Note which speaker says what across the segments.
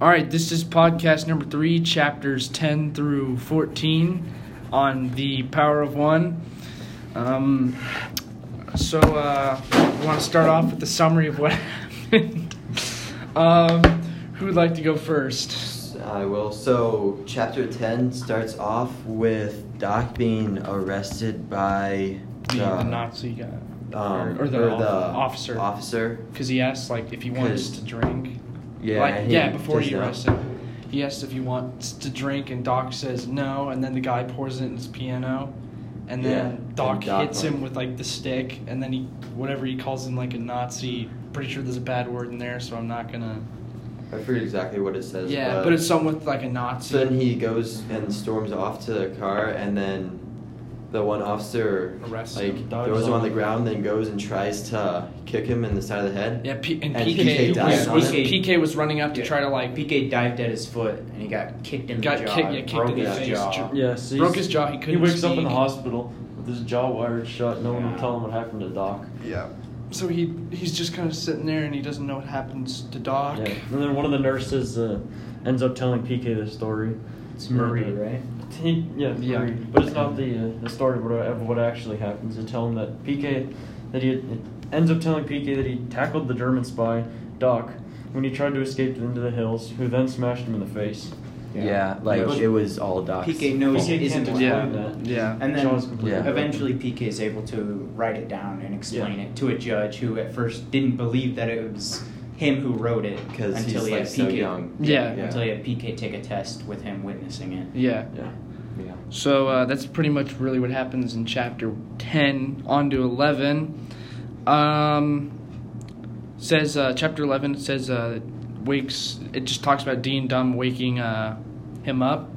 Speaker 1: All right, this is podcast number three, chapters 10 through 14 on the power of one. Um, so, uh, we want to start off with the summary of what happened. um, who would like to go first?
Speaker 2: I will. So, chapter 10 starts off with Doc being arrested by
Speaker 1: The, the Nazi guy. Uh,
Speaker 2: um,
Speaker 1: or, or the, off- officer.
Speaker 2: Officer.
Speaker 1: Because he asked, like, if he wants
Speaker 2: 'Cause-
Speaker 1: to drink.
Speaker 2: Yeah.
Speaker 1: Like,
Speaker 2: he
Speaker 1: yeah, before
Speaker 2: does
Speaker 1: he
Speaker 2: not-
Speaker 1: arrests him. He asks if he wants to drink, and Doc says no, and then the guy pours it in his piano, and then
Speaker 2: Yeah, and
Speaker 1: Doc,
Speaker 2: Doc,
Speaker 1: hits
Speaker 2: like-
Speaker 1: him with like the stick, and then he whatever he calls him like a Nazi. Pretty sure there's a bad word in there, so I'm not gonna.
Speaker 2: I forget exactly what it says.
Speaker 1: yeah, but, it's someone with like a Nazi.
Speaker 2: So then he goes and storms off to the car, and then the one officer
Speaker 1: Arrests
Speaker 2: like
Speaker 1: him, dogs
Speaker 2: throws him on
Speaker 1: on
Speaker 2: the
Speaker 1: him.
Speaker 2: ground, then goes and tries to kick him in the side of the head.
Speaker 1: yeah, P- and,
Speaker 2: and
Speaker 1: PK,
Speaker 2: PK dives
Speaker 1: was, was-
Speaker 3: on him.
Speaker 1: PK was running up to
Speaker 3: Yeah.
Speaker 1: try to like
Speaker 3: PK dived at his foot and he got kicked in
Speaker 1: Got
Speaker 3: the jaw.
Speaker 1: kicked- yeah, kicked
Speaker 3: broke
Speaker 1: in the
Speaker 3: his
Speaker 1: face.
Speaker 3: jaw.
Speaker 4: Yeah, so
Speaker 1: broke
Speaker 4: he's-
Speaker 1: his jaw. He
Speaker 4: He
Speaker 1: couldn't.
Speaker 4: wakes up in
Speaker 1: speak.
Speaker 4: the hospital with his jaw wired shut. No one will tell him what happened to Doc.
Speaker 1: Yeah. So he he's just kind of sitting there and he doesn't know what happens to Doc.
Speaker 4: Yeah. And then one of the nurses uh, ends up telling PK the story.
Speaker 3: It's Marie, right?
Speaker 4: He, yeah, it's
Speaker 1: Yeah.
Speaker 4: Marie. But it's not the, uh, the story of what, of what actually happens. They tell him that PK, that he it ends up telling PK that he tackled the German spy, Doc, when he tried to escape into the hills, who then smashed him in the face.
Speaker 2: Yeah, like
Speaker 4: But
Speaker 2: it was all Doc's.
Speaker 3: PK knows
Speaker 4: PK
Speaker 3: it isn't
Speaker 4: can't
Speaker 3: what
Speaker 1: Yeah.
Speaker 4: explain that.
Speaker 1: Yeah.
Speaker 3: And then
Speaker 4: Jaw's completely
Speaker 2: Yeah.
Speaker 4: broken.
Speaker 3: eventually PK is able to write it down and explain
Speaker 4: Yeah.
Speaker 3: it to a judge who at first didn't believe that it was him who wrote it
Speaker 2: because
Speaker 3: until
Speaker 2: he's
Speaker 3: he
Speaker 2: like
Speaker 3: had
Speaker 2: so
Speaker 3: PK
Speaker 2: young.
Speaker 1: Yeah.
Speaker 2: Yeah.
Speaker 3: until he had PK take a test with him witnessing it.
Speaker 1: Yeah.
Speaker 4: Yeah.
Speaker 2: Yeah.
Speaker 1: So uh, that's pretty much really what happens in chapter 10 on to 11. Um, says uh, chapter 11 says uh, wakes it just talks about Dean Dumb waking uh, him up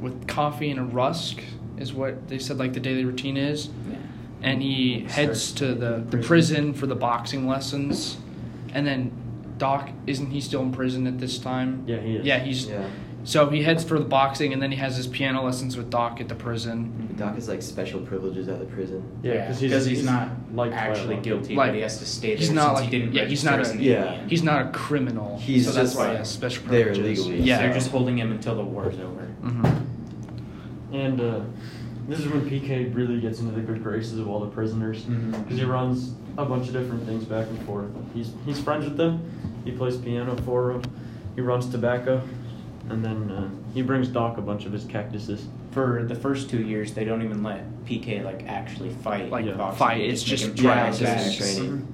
Speaker 1: with coffee and a rusk is what they said like the daily routine is
Speaker 3: Yeah.
Speaker 1: and he heads to the, the prison for the boxing lessons and then Doc isn't he still in prison at this time?
Speaker 4: Yeah, he is.
Speaker 1: Yeah, he's
Speaker 2: Yeah.
Speaker 1: so he heads for the boxing and then he has his piano lessons with Doc at the prison.
Speaker 2: But Doc has like special privileges at the prison.
Speaker 4: Yeah, because he's,
Speaker 3: he's, not
Speaker 4: liked by
Speaker 3: actually
Speaker 4: everyone.
Speaker 3: guilty,
Speaker 1: Like,
Speaker 3: but he has to stay there
Speaker 1: he's
Speaker 3: since
Speaker 1: not
Speaker 3: he
Speaker 1: like-
Speaker 3: didn't
Speaker 1: yeah, he's not
Speaker 3: register
Speaker 1: a-
Speaker 3: as an
Speaker 2: yeah.
Speaker 3: alien.
Speaker 1: He's not a criminal.
Speaker 2: He's
Speaker 1: so that's
Speaker 2: just,
Speaker 1: why he
Speaker 2: like,
Speaker 1: has special
Speaker 2: there
Speaker 1: privileges.
Speaker 2: illegally,
Speaker 1: Yeah.
Speaker 3: They're just holding him until the war's over.
Speaker 1: Mhm.
Speaker 4: And uh, this is when PK really gets into the good graces of all the prisoners because
Speaker 3: Mhm.
Speaker 4: he runs a bunch of different things back and forth. He's he's friends with them. He plays piano for them. He runs tobacco, and then uh, he brings Doc a bunch of his cactuses.
Speaker 3: for the first two years, they don't even let PK like actually fight.
Speaker 1: Like
Speaker 4: Yeah.
Speaker 3: boxing.
Speaker 1: fight,
Speaker 3: They
Speaker 1: it's
Speaker 3: make
Speaker 1: just
Speaker 3: him
Speaker 1: trial
Speaker 3: try
Speaker 2: it's just
Speaker 3: backs.
Speaker 2: training.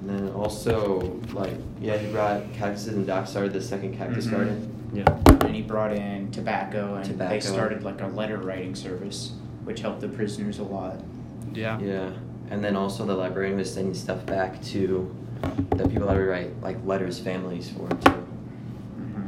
Speaker 2: And then also like yeah, he brought cactuses and Doc started the second cactus
Speaker 3: Mhm.
Speaker 2: garden.
Speaker 4: Yeah.
Speaker 3: And he brought in tobacco, and
Speaker 2: Tobacco.
Speaker 3: they started like a letter writing service, which helped the prisoners a lot.
Speaker 1: Yeah.
Speaker 2: Yeah. And then also the librarian was sending stuff back to the people that would write like letters families for him too.
Speaker 1: Mm-hmm.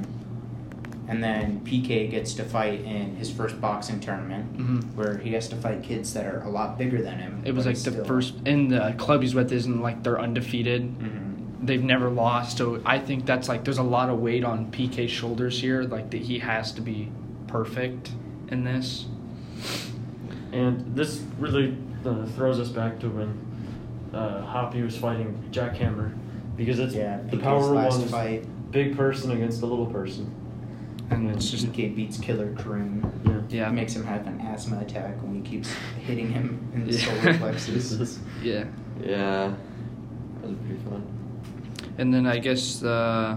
Speaker 3: And then PK gets to fight in his first boxing tournament,
Speaker 1: Mhm.
Speaker 3: where he has to fight kids that are a lot bigger than him.
Speaker 1: It was
Speaker 3: but
Speaker 1: like
Speaker 3: he's
Speaker 1: the
Speaker 3: still-
Speaker 1: first in the club he's with isn't like they're undefeated.
Speaker 3: Mhm.
Speaker 1: They've never lost, so I think that's like there's a lot of weight on PK's shoulders here, like that he has to be perfect in this.
Speaker 4: And this really uh, throws us back to when uh, Hoppy was fighting Jackhammer because it's
Speaker 3: Yeah,
Speaker 4: the
Speaker 3: PK's
Speaker 4: power of
Speaker 3: last
Speaker 4: one is
Speaker 3: fight.
Speaker 4: big person against the little person.
Speaker 1: And it's just
Speaker 3: PK beats Killer Kareem.
Speaker 4: Yeah.
Speaker 1: yeah.
Speaker 3: Makes him have an asthma attack when he keeps hitting him in the
Speaker 1: Yeah.
Speaker 3: solar plexus.
Speaker 4: Jesus.
Speaker 1: Yeah.
Speaker 2: Yeah. That was pretty fun.
Speaker 1: And then I guess uh,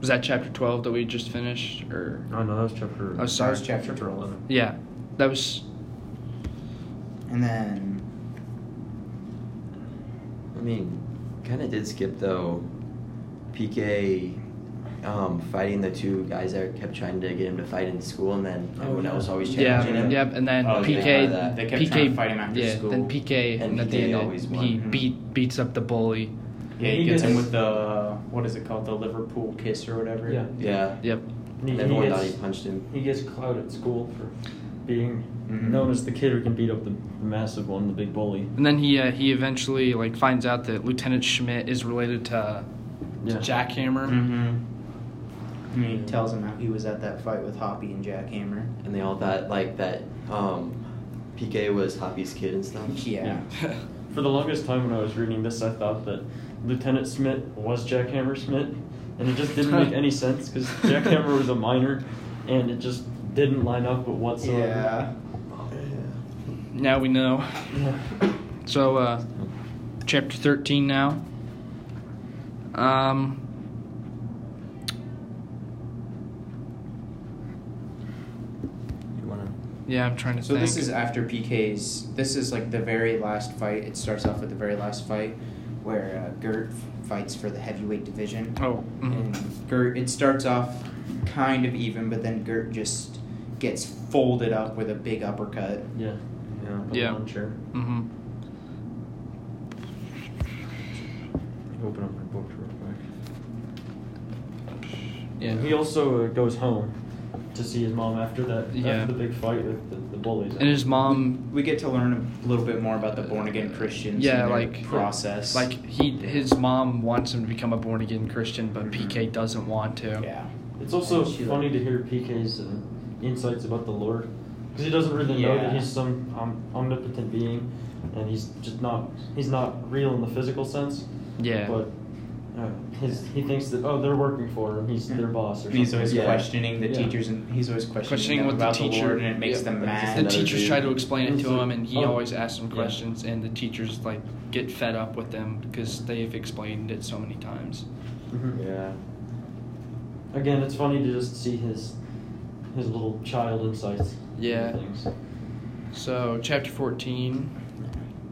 Speaker 1: was that chapter twelve that we just finished or
Speaker 3: Uh-huh.
Speaker 4: Oh no, that was chapter.
Speaker 1: Oh, sorry.
Speaker 3: That was chapter 12.
Speaker 1: Yeah. That was
Speaker 3: And then
Speaker 2: I mean, kinda did skip though PK um, fighting the two guys that kept trying to get him to fight in school and then
Speaker 4: Oh,
Speaker 2: everyone
Speaker 4: yeah.
Speaker 2: else always
Speaker 1: Yeah,
Speaker 2: challenging him.
Speaker 1: yep, and then
Speaker 2: Oh,
Speaker 1: PK,
Speaker 2: yeah, that-
Speaker 3: they kept
Speaker 1: PK,
Speaker 3: trying to fight him after
Speaker 1: yeah,
Speaker 3: school.
Speaker 1: then PK, and,
Speaker 2: And
Speaker 1: at the
Speaker 2: PK
Speaker 1: end,
Speaker 2: always
Speaker 1: it-
Speaker 2: won.
Speaker 1: he
Speaker 3: Mhm.
Speaker 1: beat beats up the bully.
Speaker 3: yeah, he,
Speaker 4: He
Speaker 3: gets him
Speaker 4: gets-
Speaker 3: with the what is it called, the Liverpool kiss or whatever.
Speaker 4: Yeah.
Speaker 2: Yeah.
Speaker 1: Yep.
Speaker 4: And
Speaker 2: And
Speaker 4: he- he
Speaker 2: everyone
Speaker 4: gets-
Speaker 2: thought he punched him. Mm-hmm.
Speaker 4: He gets clout at school for being
Speaker 3: Mhm.
Speaker 4: known as the kid who can beat up the massive one, the big bully.
Speaker 1: And then he uh, he eventually like finds out that Lieutenant Schmidt is related to, to
Speaker 4: Yeah.
Speaker 1: Jackhammer.
Speaker 3: Mm-hmm. And he tells him that he was at that fight with Hoppy and Jackhammer.
Speaker 2: And they all thought like that um, PK was Hoppy's kid and stuff.
Speaker 3: Yeah. Mm-hmm.
Speaker 4: For the longest time when I was reading this, I thought that Lieutenant Smith was Jackhammer Smith, and it just didn't make any sense because Jackhammer was a minor, and it just didn't line up with whatsoever.
Speaker 3: Yeah.
Speaker 2: Oh,
Speaker 1: Now we know. So, uh, chapter 13 now. Um,
Speaker 2: You wanna?
Speaker 1: yeah, I'm trying to
Speaker 3: So
Speaker 1: think.
Speaker 3: this is after PK's. This is like the very last fight. It starts off with the very last fight, where uh, Gert fights for the heavyweight division.
Speaker 1: Oh, mhm.
Speaker 3: And Gert, it starts off kind of even, but then Gert just gets folded up with a big uppercut.
Speaker 4: Yeah.
Speaker 2: Yeah.
Speaker 1: Yeah.
Speaker 4: Sure.
Speaker 1: mhm.
Speaker 4: Open up my book real quick.
Speaker 1: Yeah.
Speaker 4: He also uh, goes home to see his mom after that.
Speaker 1: Yeah.
Speaker 4: After the big fight with the, the bullies.
Speaker 1: And his mom
Speaker 3: We get to learn a little bit more about the born again Christians.
Speaker 1: Yeah,
Speaker 3: and their
Speaker 1: like-
Speaker 3: process.
Speaker 1: Like he, his mom wants him to become a born again Christian, but PK doesn't want to.
Speaker 3: Mm-hmm. yeah.
Speaker 4: It's also
Speaker 3: And she, like-
Speaker 4: funny to hear PK's uh, insights about the Lord, because he doesn't really know that
Speaker 3: Yeah.
Speaker 4: he's some um, omnipotent being, and he's just not he's not real in the physical sense.
Speaker 1: Yeah.
Speaker 4: But uh, his he thinks that oh they're working for him he's their boss or
Speaker 3: Mm-hmm. And he's
Speaker 4: something.
Speaker 3: always
Speaker 2: Yeah.
Speaker 3: questioning the
Speaker 4: Yeah.
Speaker 3: teachers, and he's always questioning,
Speaker 1: Questioning
Speaker 3: them
Speaker 1: what the
Speaker 3: about
Speaker 1: teacher-
Speaker 3: Lord, and it makes
Speaker 1: yeah.
Speaker 3: them
Speaker 1: the
Speaker 3: mad.
Speaker 2: another
Speaker 1: teachers
Speaker 2: dude.
Speaker 1: try to explain it
Speaker 4: It's
Speaker 1: to him,
Speaker 4: like,
Speaker 1: and he
Speaker 4: oh,
Speaker 1: always asks them
Speaker 4: yeah.
Speaker 1: questions, and the teachers like get fed up with them because they've explained it so many times.
Speaker 4: Mhm.
Speaker 2: Hmm. Yeah.
Speaker 4: Again, it's funny to just see his his little child insights. into
Speaker 1: Yeah.
Speaker 4: Things.
Speaker 1: So chapter fourteen.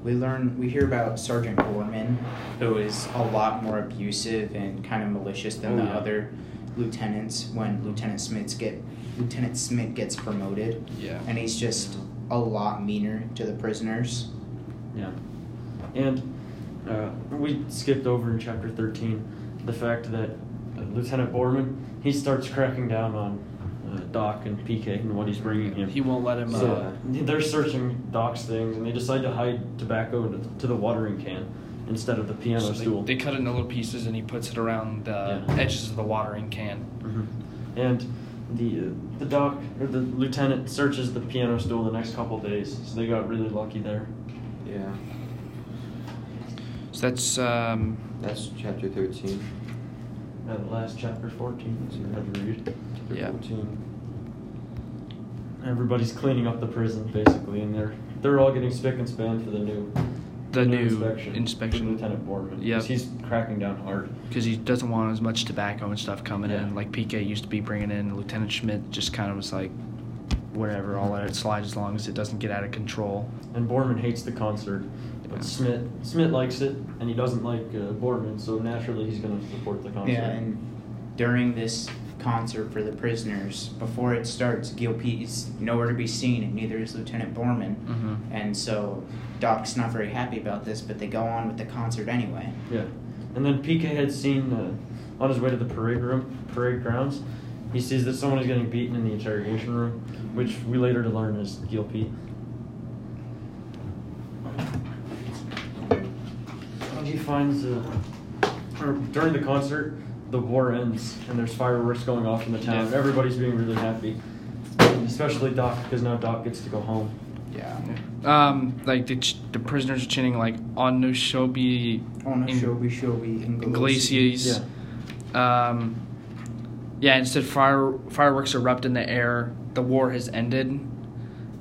Speaker 3: We learn, we hear about Sergeant Gorman, who is a lot more abusive and kind of malicious than
Speaker 4: Oh,
Speaker 3: the
Speaker 4: yeah.
Speaker 3: other lieutenants when Lieutenant Smith's get Lieutenant Smith gets promoted,
Speaker 1: Yeah.
Speaker 3: and he's just a lot meaner to the prisoners.
Speaker 4: Yeah. And uh, we skipped over in chapter 13 the fact that uh, Lieutenant Borman, he starts cracking down on uh, Doc and PK and what he's bringing him.
Speaker 1: He won't let him.
Speaker 4: so
Speaker 1: Uh,
Speaker 4: they're searching Doc's things and they decide to hide tobacco to, to the watering can instead of the piano
Speaker 1: so
Speaker 4: stool.
Speaker 1: they, they cut it into little pieces, and he puts it around the
Speaker 4: Yeah.
Speaker 1: edges of the watering can.
Speaker 4: Mhm. And the uh, the doc or the lieutenant searches the piano stool the next couple days, so they got really lucky there.
Speaker 2: Yeah.
Speaker 1: So that's um,
Speaker 2: That's chapter thirteen.
Speaker 4: Now the last chapter fourteen is hard to read.
Speaker 2: Chapter
Speaker 1: Yeah.
Speaker 2: Fourteen.
Speaker 4: Everybody's cleaning up the prison basically, and they're they're all getting spick and span for the new
Speaker 1: The new inspection.
Speaker 4: for Lieutenant Borman.
Speaker 1: Yep.
Speaker 4: 'cause he's cracking down hard.
Speaker 1: because he doesn't want as much tobacco and stuff coming
Speaker 4: Yeah.
Speaker 1: in. Like PK used to be bringing in. Lieutenant Schmidt just kind of was like, whatever, I'll let it slide as long as it doesn't get out of control.
Speaker 4: And Borman hates the concert,
Speaker 1: Yeah.
Speaker 4: but Smith Smith likes it, and he doesn't like uh, Borman, so naturally he's going to support the concert.
Speaker 3: Yeah, and during this concert for the prisoners, before it starts, Gilpie is nowhere to be seen, and neither is Lieutenant Borman.
Speaker 1: Mm-hmm.
Speaker 3: And so Doc's not very happy about this, but they go on with the concert anyway.
Speaker 4: Yeah, and then PK had seen uh, on his way to the parade room, parade grounds. He sees that someone is getting beaten in the interrogation room, which we later to learn is Gilpy. And he finds, uh, or during the concert, the war ends and there's fireworks going off in the town.
Speaker 1: Yeah.
Speaker 4: Everybody's being really happy, especially Doc, because now Doc gets to go home.
Speaker 3: Yeah.
Speaker 1: Um, like the ch- the prisoners are chanting like on no shobi
Speaker 3: Oh no,
Speaker 1: In-
Speaker 3: Shobi Shobi Inglesi.
Speaker 1: glaciers. Yeah. Um, yeah. Instead, fire fireworks erupt in the air. The war has ended.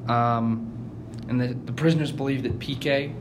Speaker 1: Um, and the the prisoners believe that PK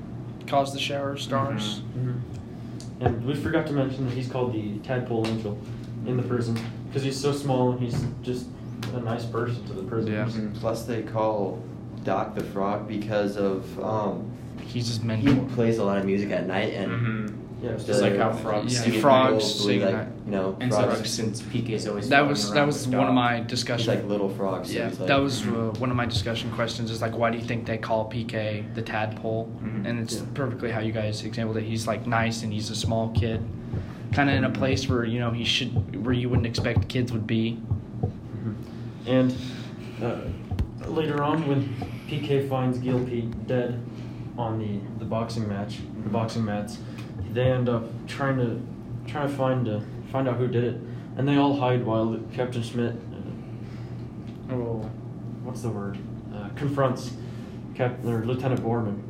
Speaker 1: caused the shower of stars.
Speaker 2: Mm-hmm.
Speaker 4: Mm-hmm. And we forgot to mention that he's called the tadpole angel in the prison because he's so small and he's just a nice person to the prisoners.
Speaker 1: Yeah.
Speaker 2: Plus, they call Doc the Frog because of um,
Speaker 1: He's his
Speaker 2: he
Speaker 1: mentor.
Speaker 2: plays a lot of music at night and.
Speaker 4: Yeah.
Speaker 2: the-
Speaker 3: Mm-hmm. Just like how frogs
Speaker 1: Yeah,
Speaker 3: sing.
Speaker 1: frogs
Speaker 2: people believe,
Speaker 1: sing
Speaker 2: like,
Speaker 1: at-
Speaker 2: You know,
Speaker 3: And so
Speaker 2: frogs.
Speaker 3: since PK's always
Speaker 1: That
Speaker 3: following
Speaker 1: was
Speaker 3: around
Speaker 1: that was
Speaker 3: with
Speaker 1: one of
Speaker 3: Doc.
Speaker 1: my
Speaker 2: He's
Speaker 1: discussion.
Speaker 2: like little frogs. so
Speaker 1: yeah,
Speaker 2: he's like,
Speaker 1: that was uh, one of my discussion questions. Is like, why do you think they call PK the tadpole?
Speaker 3: Mhm.
Speaker 1: And it's
Speaker 4: Yeah.
Speaker 1: perfectly how you guys exampled it. He's like nice and he's a small kid, kind of in a place where you know he should, where you wouldn't expect kids would be.
Speaker 4: Mhm. And uh, later on, when PK finds Gilpy dead on the, the boxing match, the boxing mats, they end up trying to trying to find uh, find out who did it, and they all hide while Captain Schmidt. Uh, oh, what's the word? Uh, confronts Captain or Lieutenant Borman,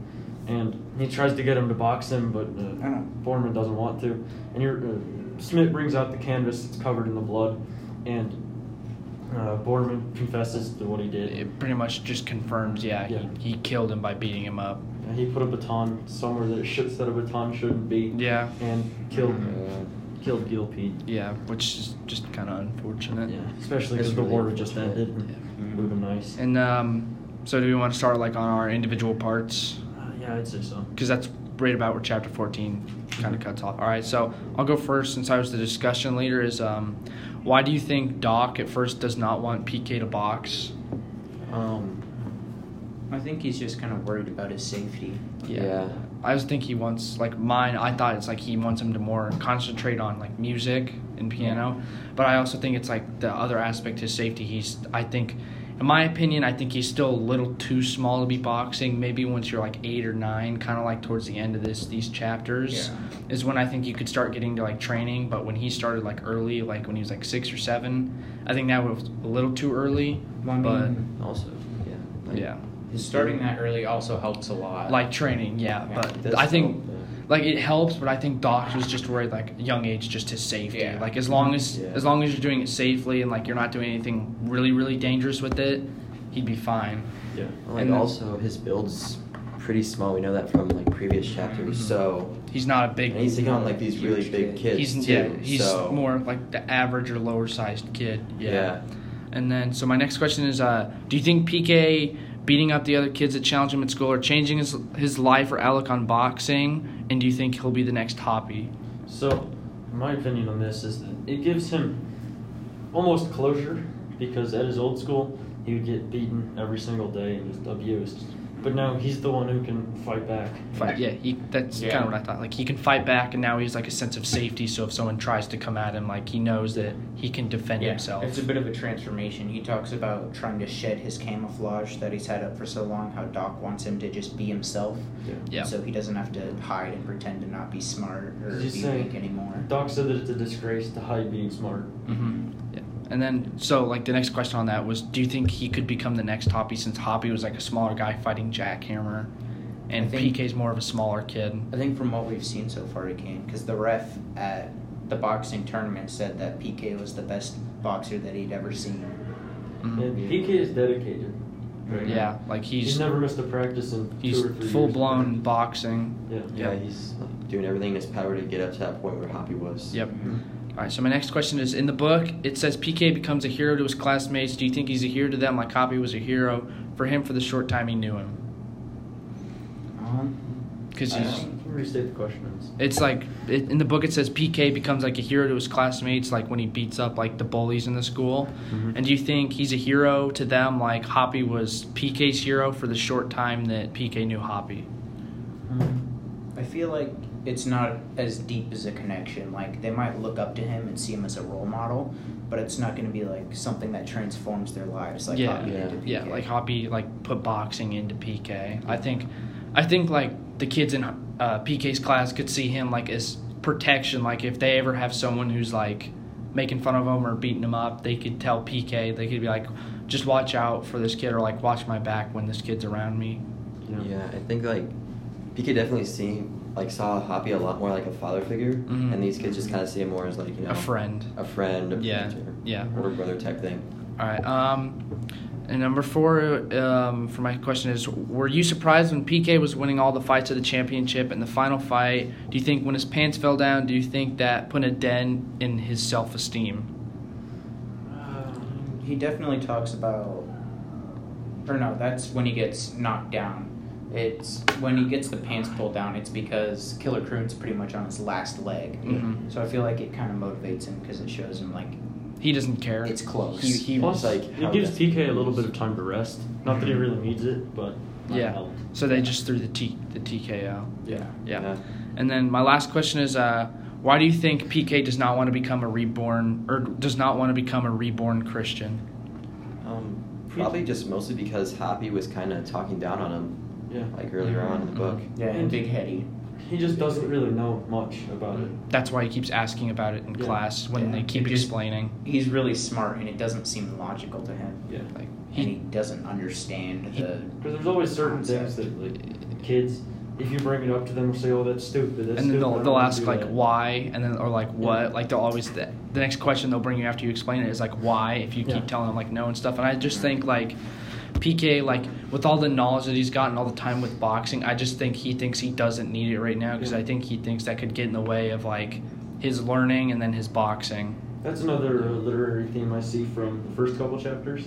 Speaker 4: and he tries to get him to box him, but
Speaker 3: I
Speaker 4: uh,
Speaker 3: don't-
Speaker 4: Borman doesn't want to, and you're. Uh, Smith brings out the canvas that's covered in the blood, and uh, Borman confesses to what he did.
Speaker 1: It pretty much just confirms, yeah,
Speaker 4: Yeah.
Speaker 1: He, he killed him by beating him up.
Speaker 4: And Uh, he put a baton somewhere that it should that a baton shouldn't be.
Speaker 1: Yeah,
Speaker 4: And killed
Speaker 2: Uh,
Speaker 4: killed Gilpie.
Speaker 1: yeah, which is just kind of unfortunate.
Speaker 4: Yeah. Especially
Speaker 2: That's
Speaker 4: because the
Speaker 2: really
Speaker 4: war just
Speaker 2: unfortunate.
Speaker 4: ended. and It would have been nice.
Speaker 1: And um, so do we want to start like on our individual parts?
Speaker 4: Uh, yeah, I'd say so.
Speaker 1: Because that's right about where chapter 14 kind of cuts off. All right, so I'll go first since I was the discussion leader. Is um, why do you think Doc at first does not want PK to box?
Speaker 4: Um,
Speaker 3: I think he's just kind of worried about his safety.
Speaker 2: Yeah.
Speaker 1: I just think he wants like mine. I thought it's like he wants him to more concentrate on like music and piano,
Speaker 3: Mm-hmm.
Speaker 1: but I also think it's like the other aspect his safety. He's I think, in my opinion, I think he's still a little too small to be boxing. Maybe once you're like eight or nine, kind of like towards the end of this these chapters,
Speaker 3: Yeah.
Speaker 1: is when I think you could start getting to like training. But when he started like early, like when he was like six or seven, I think that was a little too early.
Speaker 3: Well, I
Speaker 1: but
Speaker 3: mean,
Speaker 2: also, yeah. like,
Speaker 1: yeah,
Speaker 3: starting that early also helps a lot.
Speaker 1: like training, yeah.
Speaker 3: Yeah,
Speaker 2: it
Speaker 1: but
Speaker 2: does
Speaker 1: I think.
Speaker 2: help, yeah.
Speaker 1: like it helps, but I think Doc was just worried like young age, just his safety.
Speaker 3: Yeah.
Speaker 1: Like as long as
Speaker 2: Yeah.
Speaker 1: as long as you're doing it safely and like you're not doing anything really really dangerous with it, he'd be fine.
Speaker 4: yeah.
Speaker 2: Like
Speaker 1: And then-
Speaker 2: also, his build's pretty small. We know that from like previous chapters. So
Speaker 1: He's not a big.
Speaker 2: and he's taking on like these really
Speaker 3: Huge
Speaker 2: big
Speaker 3: kid.
Speaker 2: kids
Speaker 1: he's
Speaker 2: too.
Speaker 1: yeah. He's
Speaker 2: so,
Speaker 1: more like the average or lower sized kid. Yeah.
Speaker 2: Yeah.
Speaker 1: And then so my next question is, uh, do you think PK beating up the other kids that challenge him at school or changing his his life or outlook on boxing, and do you think he'll be the next Hoppy?
Speaker 4: So, my opinion on this is that it gives him almost closure because at his old school, he would get beaten every single day and just abused. But now he's the one who can fight back.
Speaker 1: Fight. Yeah, he, that's
Speaker 3: Yeah.
Speaker 1: kind of what I thought. Like he can fight back, and now he's like a sense of safety. So if someone tries to come at him, like he knows that he can defend
Speaker 3: Yeah,
Speaker 1: himself.
Speaker 3: It's a bit of a transformation. He talks about trying to shed his camouflage that he's had up for so long, how Doc wants him to just be himself.
Speaker 1: Yeah.
Speaker 3: So he doesn't have to hide and pretend to not be smart or
Speaker 4: Did
Speaker 3: be
Speaker 4: you say-
Speaker 3: weak anymore.
Speaker 4: Doc said that it's a disgrace to hide being smart.
Speaker 1: hmm Yeah. And then so like the next question on that was, do you think he could become the next Hoppy since Hoppy was like a smaller guy fighting Jackhammer, and
Speaker 3: I think-
Speaker 1: PK's more of a smaller kid.
Speaker 3: I think from what we've seen so far, he can. Because the ref at the boxing tournament said that PK was the best boxer that he'd ever seen.
Speaker 1: Mhm.
Speaker 4: And PK is dedicated. right now.
Speaker 1: Yeah, like
Speaker 4: He's,
Speaker 1: he's
Speaker 4: never missed a practice in
Speaker 1: he's
Speaker 4: two or three
Speaker 1: full
Speaker 4: years.
Speaker 1: blown boxing.
Speaker 4: Yeah.
Speaker 2: Yeah, he's like, doing everything in his power to get up to that point where Hoppy was.
Speaker 1: Yep.
Speaker 4: Mm-hmm.
Speaker 1: All right. So my next question is: In the book, it says PK becomes a hero to his classmates. Do you think he's a hero to them like Hoppy was a hero for him for the short time he knew him?
Speaker 3: Um,
Speaker 1: Because
Speaker 3: I
Speaker 1: he's
Speaker 3: don't-
Speaker 4: Can you restate the question?
Speaker 1: It's like it, in the book it says PK becomes like a hero to his classmates, like when he beats up like the bullies in the school.
Speaker 4: Mhm.
Speaker 1: And do you think he's a hero to them, like Hoppy was PK's hero for the short time that PK knew Hoppy?
Speaker 4: Mm-hmm.
Speaker 3: I feel like it's not as deep as a connection. Like they might look up to him and see him as a role model, but it's not going to be like something that transforms their lives. Like
Speaker 1: Yeah,
Speaker 3: Hoppy did to
Speaker 1: Yeah,
Speaker 3: PK.
Speaker 1: like Hoppy like put boxing into PK. I think, I think like the kids in uh, PK's class could see him like as protection. Like if they ever have someone who's like making fun of him or beating him up, they could tell PK. They could be like, just watch out for this kid, or like watch my back when this kid's around me.
Speaker 4: Yeah.
Speaker 2: Yeah, I think like PK definitely seen like saw Hoppy a lot more like a father figure,
Speaker 1: Mhm.
Speaker 2: and these kids just kind of see him more as like you know
Speaker 1: A friend.
Speaker 2: a friend, a
Speaker 1: Yeah,
Speaker 2: protector,
Speaker 1: yeah.
Speaker 2: older brother type thing.
Speaker 1: All right. Um, and number four um, for my question is: Were you surprised when PK was winning all the fights of the championship in the final fight? Do you think when his pants fell down, do you think that put a dent in his self-esteem?
Speaker 3: he definitely talks about, or no, that's when he gets knocked down. It's when he gets the pants pulled down. It's because Killer Croon's pretty much on his last leg.
Speaker 4: Mm-hmm.
Speaker 1: Mhm.
Speaker 3: So I feel like it kind of motivates him because it shows him like
Speaker 1: He doesn't care.
Speaker 3: it's close.
Speaker 2: He, he
Speaker 4: Plus,
Speaker 2: was like
Speaker 4: it gives PK a little bit of time to rest. Not that he really needs it, but that
Speaker 1: yeah.
Speaker 4: helped.
Speaker 1: So they just threw the T the TKO.
Speaker 3: oh. yeah.
Speaker 1: Yeah. And then my last question is: uh, Why do you think PK does not want to become a reborn or does not want to become a reborn Christian?
Speaker 2: Um, probably just mostly because Hoppy was kind of talking down on him
Speaker 4: Yeah.
Speaker 2: like earlier on
Speaker 1: Mm-hmm.
Speaker 2: in the book.
Speaker 3: Yeah, and Big Heady.
Speaker 4: He just doesn't really know much about it.
Speaker 1: That's why he keeps asking about it in
Speaker 4: Yeah.
Speaker 1: class when
Speaker 3: Yeah.
Speaker 1: they keep
Speaker 3: It just-
Speaker 1: explaining.
Speaker 3: He's really smart, and it doesn't seem logical to him.
Speaker 4: Yeah.
Speaker 1: Like
Speaker 3: and he doesn't understand the.
Speaker 4: Because there's always certain things that like kids if you bring it up to them, they'll say, "Oh, that's stupid." That's
Speaker 1: and then
Speaker 4: stupid. I
Speaker 1: they'll,
Speaker 4: don't
Speaker 1: they'll
Speaker 4: wanna
Speaker 1: ask
Speaker 4: do
Speaker 1: like
Speaker 4: that."
Speaker 1: why and then or like what like they'll always the, the next question they'll bring you after you explain it is like why if you
Speaker 4: Yeah.
Speaker 1: keep telling them like no and stuff and i just think like pk like with all the knowledge that he's gotten all the time with boxing i just think he thinks he doesn't need it right now because
Speaker 4: Yeah.
Speaker 1: i think he thinks that could get in the way of like his learning and then his boxing
Speaker 4: That's another uh, literary theme I see from the first couple chapters,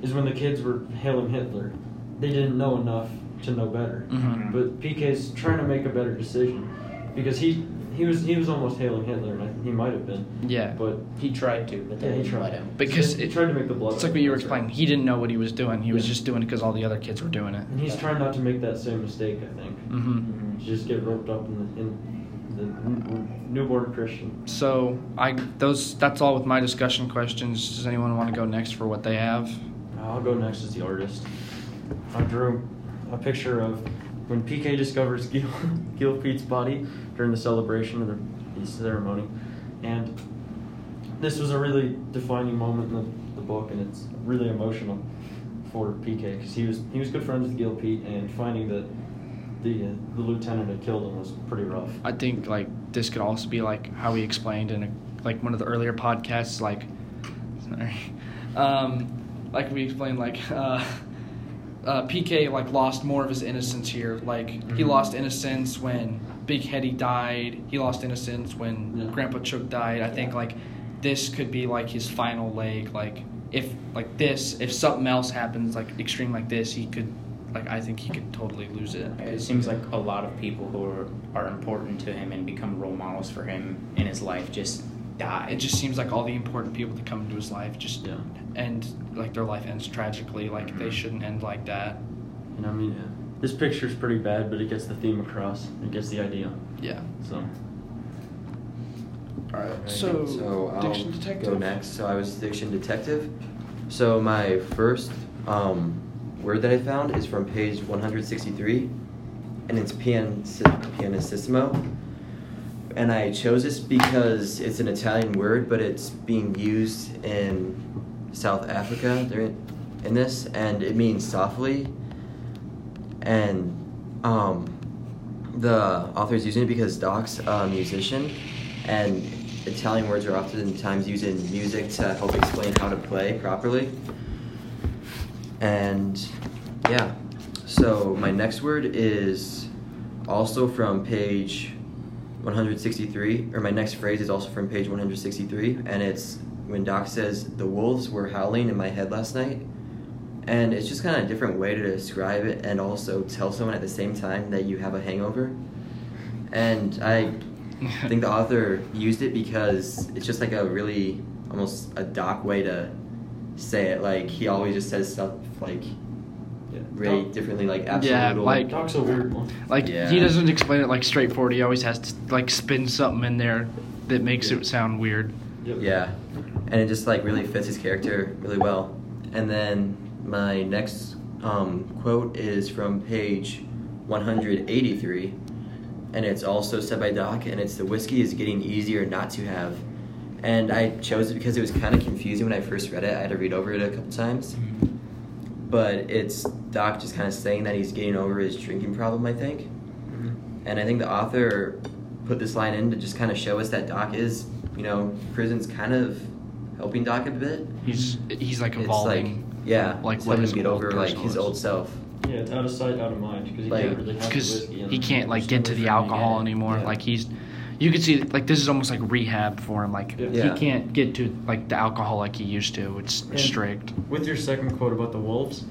Speaker 4: is when the kids were hailing Hitler. They didn't know enough to know better.
Speaker 1: Mhm.
Speaker 4: But PK's trying to make a better decision because he he was he was almost hailing Hitler, and I, think he might have been.
Speaker 1: yeah
Speaker 4: But
Speaker 3: He tried to, but they
Speaker 4: yeah, he
Speaker 3: didn't let
Speaker 4: tried.
Speaker 3: him.
Speaker 1: Because
Speaker 4: he
Speaker 1: it-
Speaker 4: tried to make the blood.
Speaker 1: it's like
Speaker 4: up,
Speaker 1: what you were
Speaker 4: that's right.
Speaker 1: explaining he didn't know what he was doing he was
Speaker 4: Yeah. Mm-hmm.
Speaker 1: just doing it because all the other kids were doing it
Speaker 4: And he's trying not to make that same mistake. I think.
Speaker 1: hmm
Speaker 3: Mm-hmm.
Speaker 4: To Just get roped up in the, in the n- newborn Christian.
Speaker 1: So I those that's all with my discussion questions. Does anyone want to go next for what they have?
Speaker 4: I'll go next as the artist. I drew a picture of when PK discovers Gil, Gil Pete's body during the celebration of the the ceremony, and this was a really defining moment in the, the book, and it's really emotional for PK because he was he was good friends with Gil Pete, and finding that the uh, the lieutenant had killed him was pretty rough.
Speaker 1: I think like this could also be like how we explained in a, like one of the earlier podcasts, like sorry, um, like we explained like uh, uh, PK like lost more of his innocence here. Like he
Speaker 3: Mhm.
Speaker 1: lost innocence when Big Hetty died. He lost innocence when
Speaker 4: Yeah.
Speaker 1: Grandpa Chook died. I think like this could be like his final leg. Like if like this, if something else happens like extreme like this, he could like I think he could totally lose it.
Speaker 3: It seems like a lot of people who are, are important to him and become role models for him in his life just die.
Speaker 1: it just seems like all the important people that come into his life just
Speaker 4: Yeah.
Speaker 1: end like their life ends tragically like they
Speaker 3: Mhm.
Speaker 1: shouldn't end like that
Speaker 4: And I mean, this picture's pretty bad, but it gets the theme across. It gets the idea.
Speaker 1: yeah
Speaker 4: So,
Speaker 1: all
Speaker 2: Alright,
Speaker 1: right so,
Speaker 2: I'll
Speaker 1: diction detective
Speaker 2: um, Go next. So I was diction detective. So my first um, word that I found is from page 163, and it's pian pianissimo. And I chose this because it's an Italian word, but it's being used in South Africa during in this, and it means softly. And um, the author's using it because Doc's a musician, and Italian words are oftentimes used in music to help explain how to play properly. And yeah, so my next word is also from page 163, or my next phrase is also from page 163, and it's when Doc says, The wolves were howling in my head last night. And it's just kind of a different way to describe it and also tell someone at the same time that you have a hangover. And I think the author used it because it's just like a really almost a doc way to say it. Like he always just says stuff like
Speaker 4: yeah.
Speaker 2: really differently, like absolute.
Speaker 1: Oh. Yeah, like-
Speaker 4: Doc's a weird one.
Speaker 1: like
Speaker 2: Yeah.
Speaker 1: he doesn't explain it like straightforward he always has to like spin something in there that makes it sound weird
Speaker 4: Yep.
Speaker 2: yeah, and it just like really fits his character really well. And then my next um, quote is from page 183, and it's also said by Doc, and it's the whiskey is getting easier not to have. And I chose it because it was kind of confusing when I first read it. I had to read over it a couple times.
Speaker 3: Mm-hmm.
Speaker 2: But it's Doc just kind of saying that he's getting over his drinking problem, I think.
Speaker 4: Mm-hmm.
Speaker 2: And I think the author put this line in to just kind of show us that Doc is, you know, prison's kind of helping Doc a bit.
Speaker 1: he's he's like
Speaker 2: It's
Speaker 1: evolving
Speaker 2: like, yeah,
Speaker 1: like
Speaker 2: it's
Speaker 1: what
Speaker 2: helping
Speaker 1: his
Speaker 2: him get
Speaker 1: old
Speaker 2: over like
Speaker 1: personal
Speaker 2: his
Speaker 1: is.
Speaker 2: old self.
Speaker 4: Yeah, it's out of sight, out of mind because he
Speaker 2: Like-
Speaker 4: can't really have the
Speaker 1: because
Speaker 4: whiskey.
Speaker 1: he can't like get to the alcohol anymore like he's you could see like this is almost like rehab for him like
Speaker 4: Yeah.
Speaker 2: Yeah.
Speaker 1: he can't get to like the alcohol like he used to it's
Speaker 4: And-
Speaker 1: strict
Speaker 4: With your second quote about the wolves,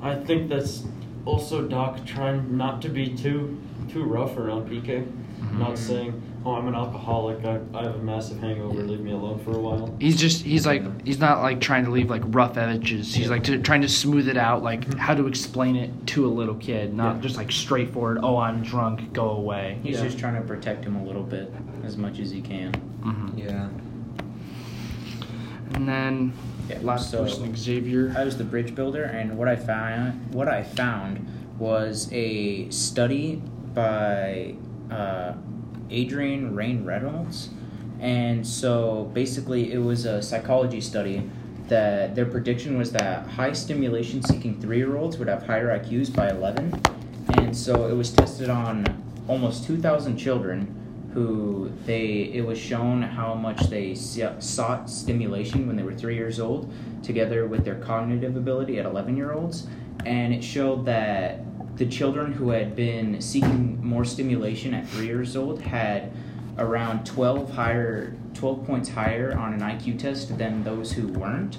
Speaker 4: I think that's also Doc trying not to be too too rough around PK,
Speaker 1: Mm-hmm.
Speaker 4: not saying, "Oh, I'm an alcoholic. I, I have a massive hangover. Leave me alone for a while."
Speaker 1: He's just he's like he's not like trying to leave like rough edges. He's like to, trying to smooth it out, like
Speaker 3: Mm-hmm.
Speaker 1: how to explain it to a little kid, not
Speaker 4: Yeah.
Speaker 1: just like straightforward. Oh, I'm drunk. Go away.
Speaker 3: He's
Speaker 4: Yeah.
Speaker 3: just trying to protect him a little bit as much as he can.
Speaker 1: hmm
Speaker 2: Yeah.
Speaker 1: And then
Speaker 3: Yeah,
Speaker 1: last
Speaker 3: so-
Speaker 1: person, Xavier.
Speaker 3: I was the bridge builder, and what I found what I found was a study by uh, Adrian Rain Reynolds, and so basically it was a psychology study that their prediction was that high stimulation seeking three year olds would have higher IQs by eleven, and and so it was tested on almost 2,000 children who they it was shown how much they se- sought stimulation when they were three years old, together with their cognitive ability at 11 year olds, and it showed that the children who had been seeking more stimulation at three years old had around 12 higher 12 points higher on an IQ test than those who weren't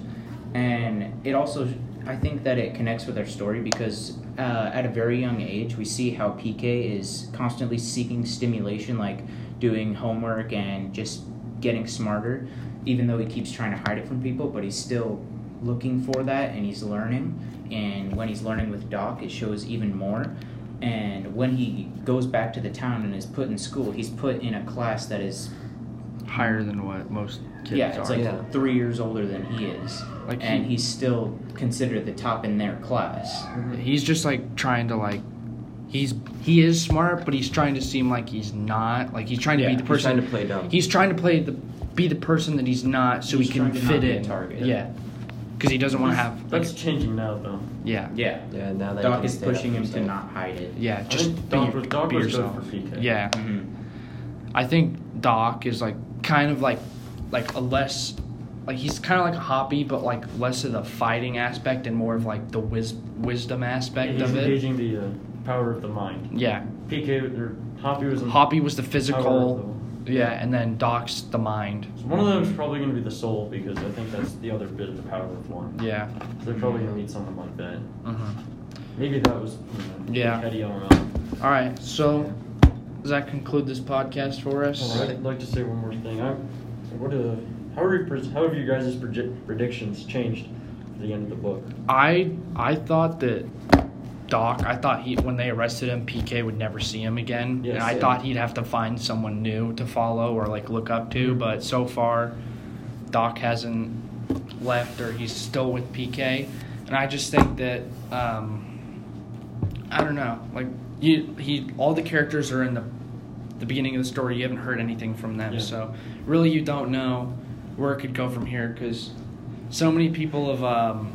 Speaker 3: and it also I think that it connects with our story because uh, at a very young age we see how PK is constantly seeking stimulation like doing homework and just getting smarter even though he keeps trying to hide it from people but he's still looking for that and he's learning and when he's learning with Doc it shows even more and when he goes back to the town and is put in school he's put in a class that is
Speaker 1: higher than what most kids
Speaker 3: yeah, it's
Speaker 1: are.
Speaker 3: like
Speaker 2: Yeah.
Speaker 3: three years older than he is,
Speaker 1: Like
Speaker 3: and
Speaker 1: he-
Speaker 3: he's still considered the top in their class.
Speaker 1: He's just like trying to like he's he is smart, but he's trying to seem like he's not. Like he's trying to
Speaker 3: Yeah,
Speaker 1: be the
Speaker 3: he's
Speaker 2: He's trying
Speaker 1: person
Speaker 2: to play dumb.
Speaker 1: he's trying to play the be the person that he's not so
Speaker 3: He's
Speaker 1: he can
Speaker 3: trying to not
Speaker 1: fit
Speaker 3: be a
Speaker 1: in.
Speaker 3: target.
Speaker 1: Yeah. Cuz he doesn't want to have like,
Speaker 4: That's changing now, though.
Speaker 1: yeah.
Speaker 3: Yeah,
Speaker 2: yeah, now that he
Speaker 3: Doc
Speaker 2: can
Speaker 3: is
Speaker 2: stand up
Speaker 3: pushing
Speaker 2: for
Speaker 3: him to
Speaker 2: himself.
Speaker 3: not hide it.
Speaker 1: Yeah,
Speaker 4: I
Speaker 1: just
Speaker 4: think
Speaker 1: be,
Speaker 4: Doc was- Doc
Speaker 1: be
Speaker 4: was good
Speaker 1: yourself.
Speaker 4: for PK.
Speaker 1: Yeah.
Speaker 3: Mhm.
Speaker 1: I think Doc is like kind of like like a less like he's kind of like a hobby, but like less of the fighting aspect and more of like the wis- wisdom aspect
Speaker 4: He's
Speaker 1: of it.
Speaker 4: engaging the uh, power of the mind.
Speaker 1: Yeah,
Speaker 4: PK or Hoppy was in
Speaker 1: Hoppy was the
Speaker 4: power of
Speaker 1: physical.
Speaker 4: the-
Speaker 1: Yeah, and then Doc's the mind.
Speaker 4: So one of them is probably going to be the soul because I think that's the other bit of the power of one.
Speaker 1: Yeah.
Speaker 4: So they're probably going to need someone like that.
Speaker 1: Mhm.
Speaker 4: Maybe that was you know,
Speaker 1: Yeah.
Speaker 4: Eddie Armel.
Speaker 1: All right. So does that conclude this podcast for us?
Speaker 4: I'd like to say one more thing. I'm, what uh, how, are, you pres- how have your guys' predi- predictions changed for the end of the book?
Speaker 1: I I thought that Doc. I thought he when they arrested him, PK would never see him again,
Speaker 4: Yes,
Speaker 1: and I
Speaker 4: yeah.
Speaker 1: thought he'd have to find someone new to follow or like look up to.
Speaker 4: Mm-hmm.
Speaker 1: But so far, Doc hasn't left, or he's still with PK, and I just think that um, I don't know. Like you, he all the characters are in the the beginning of the story. You haven't heard anything from them,
Speaker 4: Yeah.
Speaker 1: so really you don't know where it could go from here because so many people have um,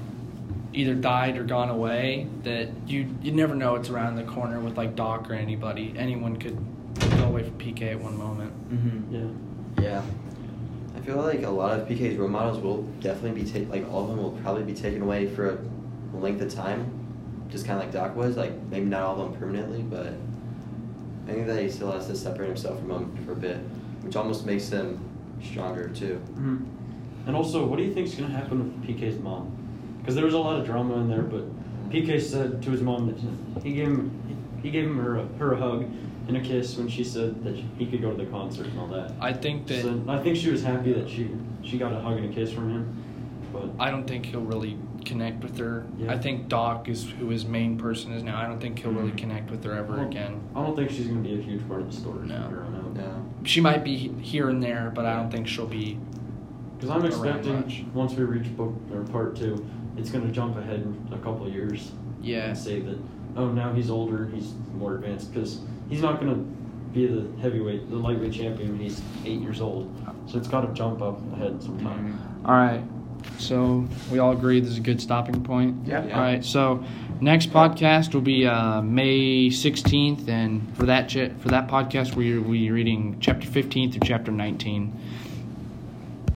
Speaker 1: either died or gone away that you you never know it's around the corner with like Doc or anybody. Anyone could go away from PK at one moment.
Speaker 3: Mhm.
Speaker 4: Yeah.
Speaker 2: Yeah. I feel like a lot of PK's role models will definitely be taken, like all of them will probably be taken away for a length of time, just kind of like Doc was. Like maybe not all of them permanently, but I think that he still has to separate himself from them for a bit, which almost makes him stronger too.
Speaker 4: Mhm. And also, what do you think is going to happen with PK's mom? Because there was a lot of drama in there, but PK said to his mom that he gave him, he gave him her, a- her a hug and a kiss when she said that he could go to the concert and all that.
Speaker 1: I think that
Speaker 4: So I think she was happy that she she got a hug and a kiss from him, but
Speaker 1: I don't think he'll really connect with her.
Speaker 4: Yeah.
Speaker 1: I think Doc is who his main person is now. I don't think he'll really
Speaker 4: Mhm.
Speaker 1: connect with her ever again.
Speaker 4: I don't think she's going to be a huge part of the story.
Speaker 1: No.
Speaker 2: No.
Speaker 1: She might be here and there, but I don't think she'll be.
Speaker 4: Because I'm
Speaker 1: Around
Speaker 4: expecting
Speaker 1: much.
Speaker 4: once we reach book or part two, it's going to jump ahead a couple years.
Speaker 1: Yeah.
Speaker 4: and say that oh now he's older he's more advanced because he's not going to be the heavyweight the lightweight champion when he's eight years old so it's got to jump up ahead sometime
Speaker 1: All right. So we all agree this is a good stopping point.
Speaker 2: Yeah.
Speaker 1: All right. So next podcast will be uh, May 16th, and for that ch- for that podcast, we will be reading chapter 15 through chapter 19.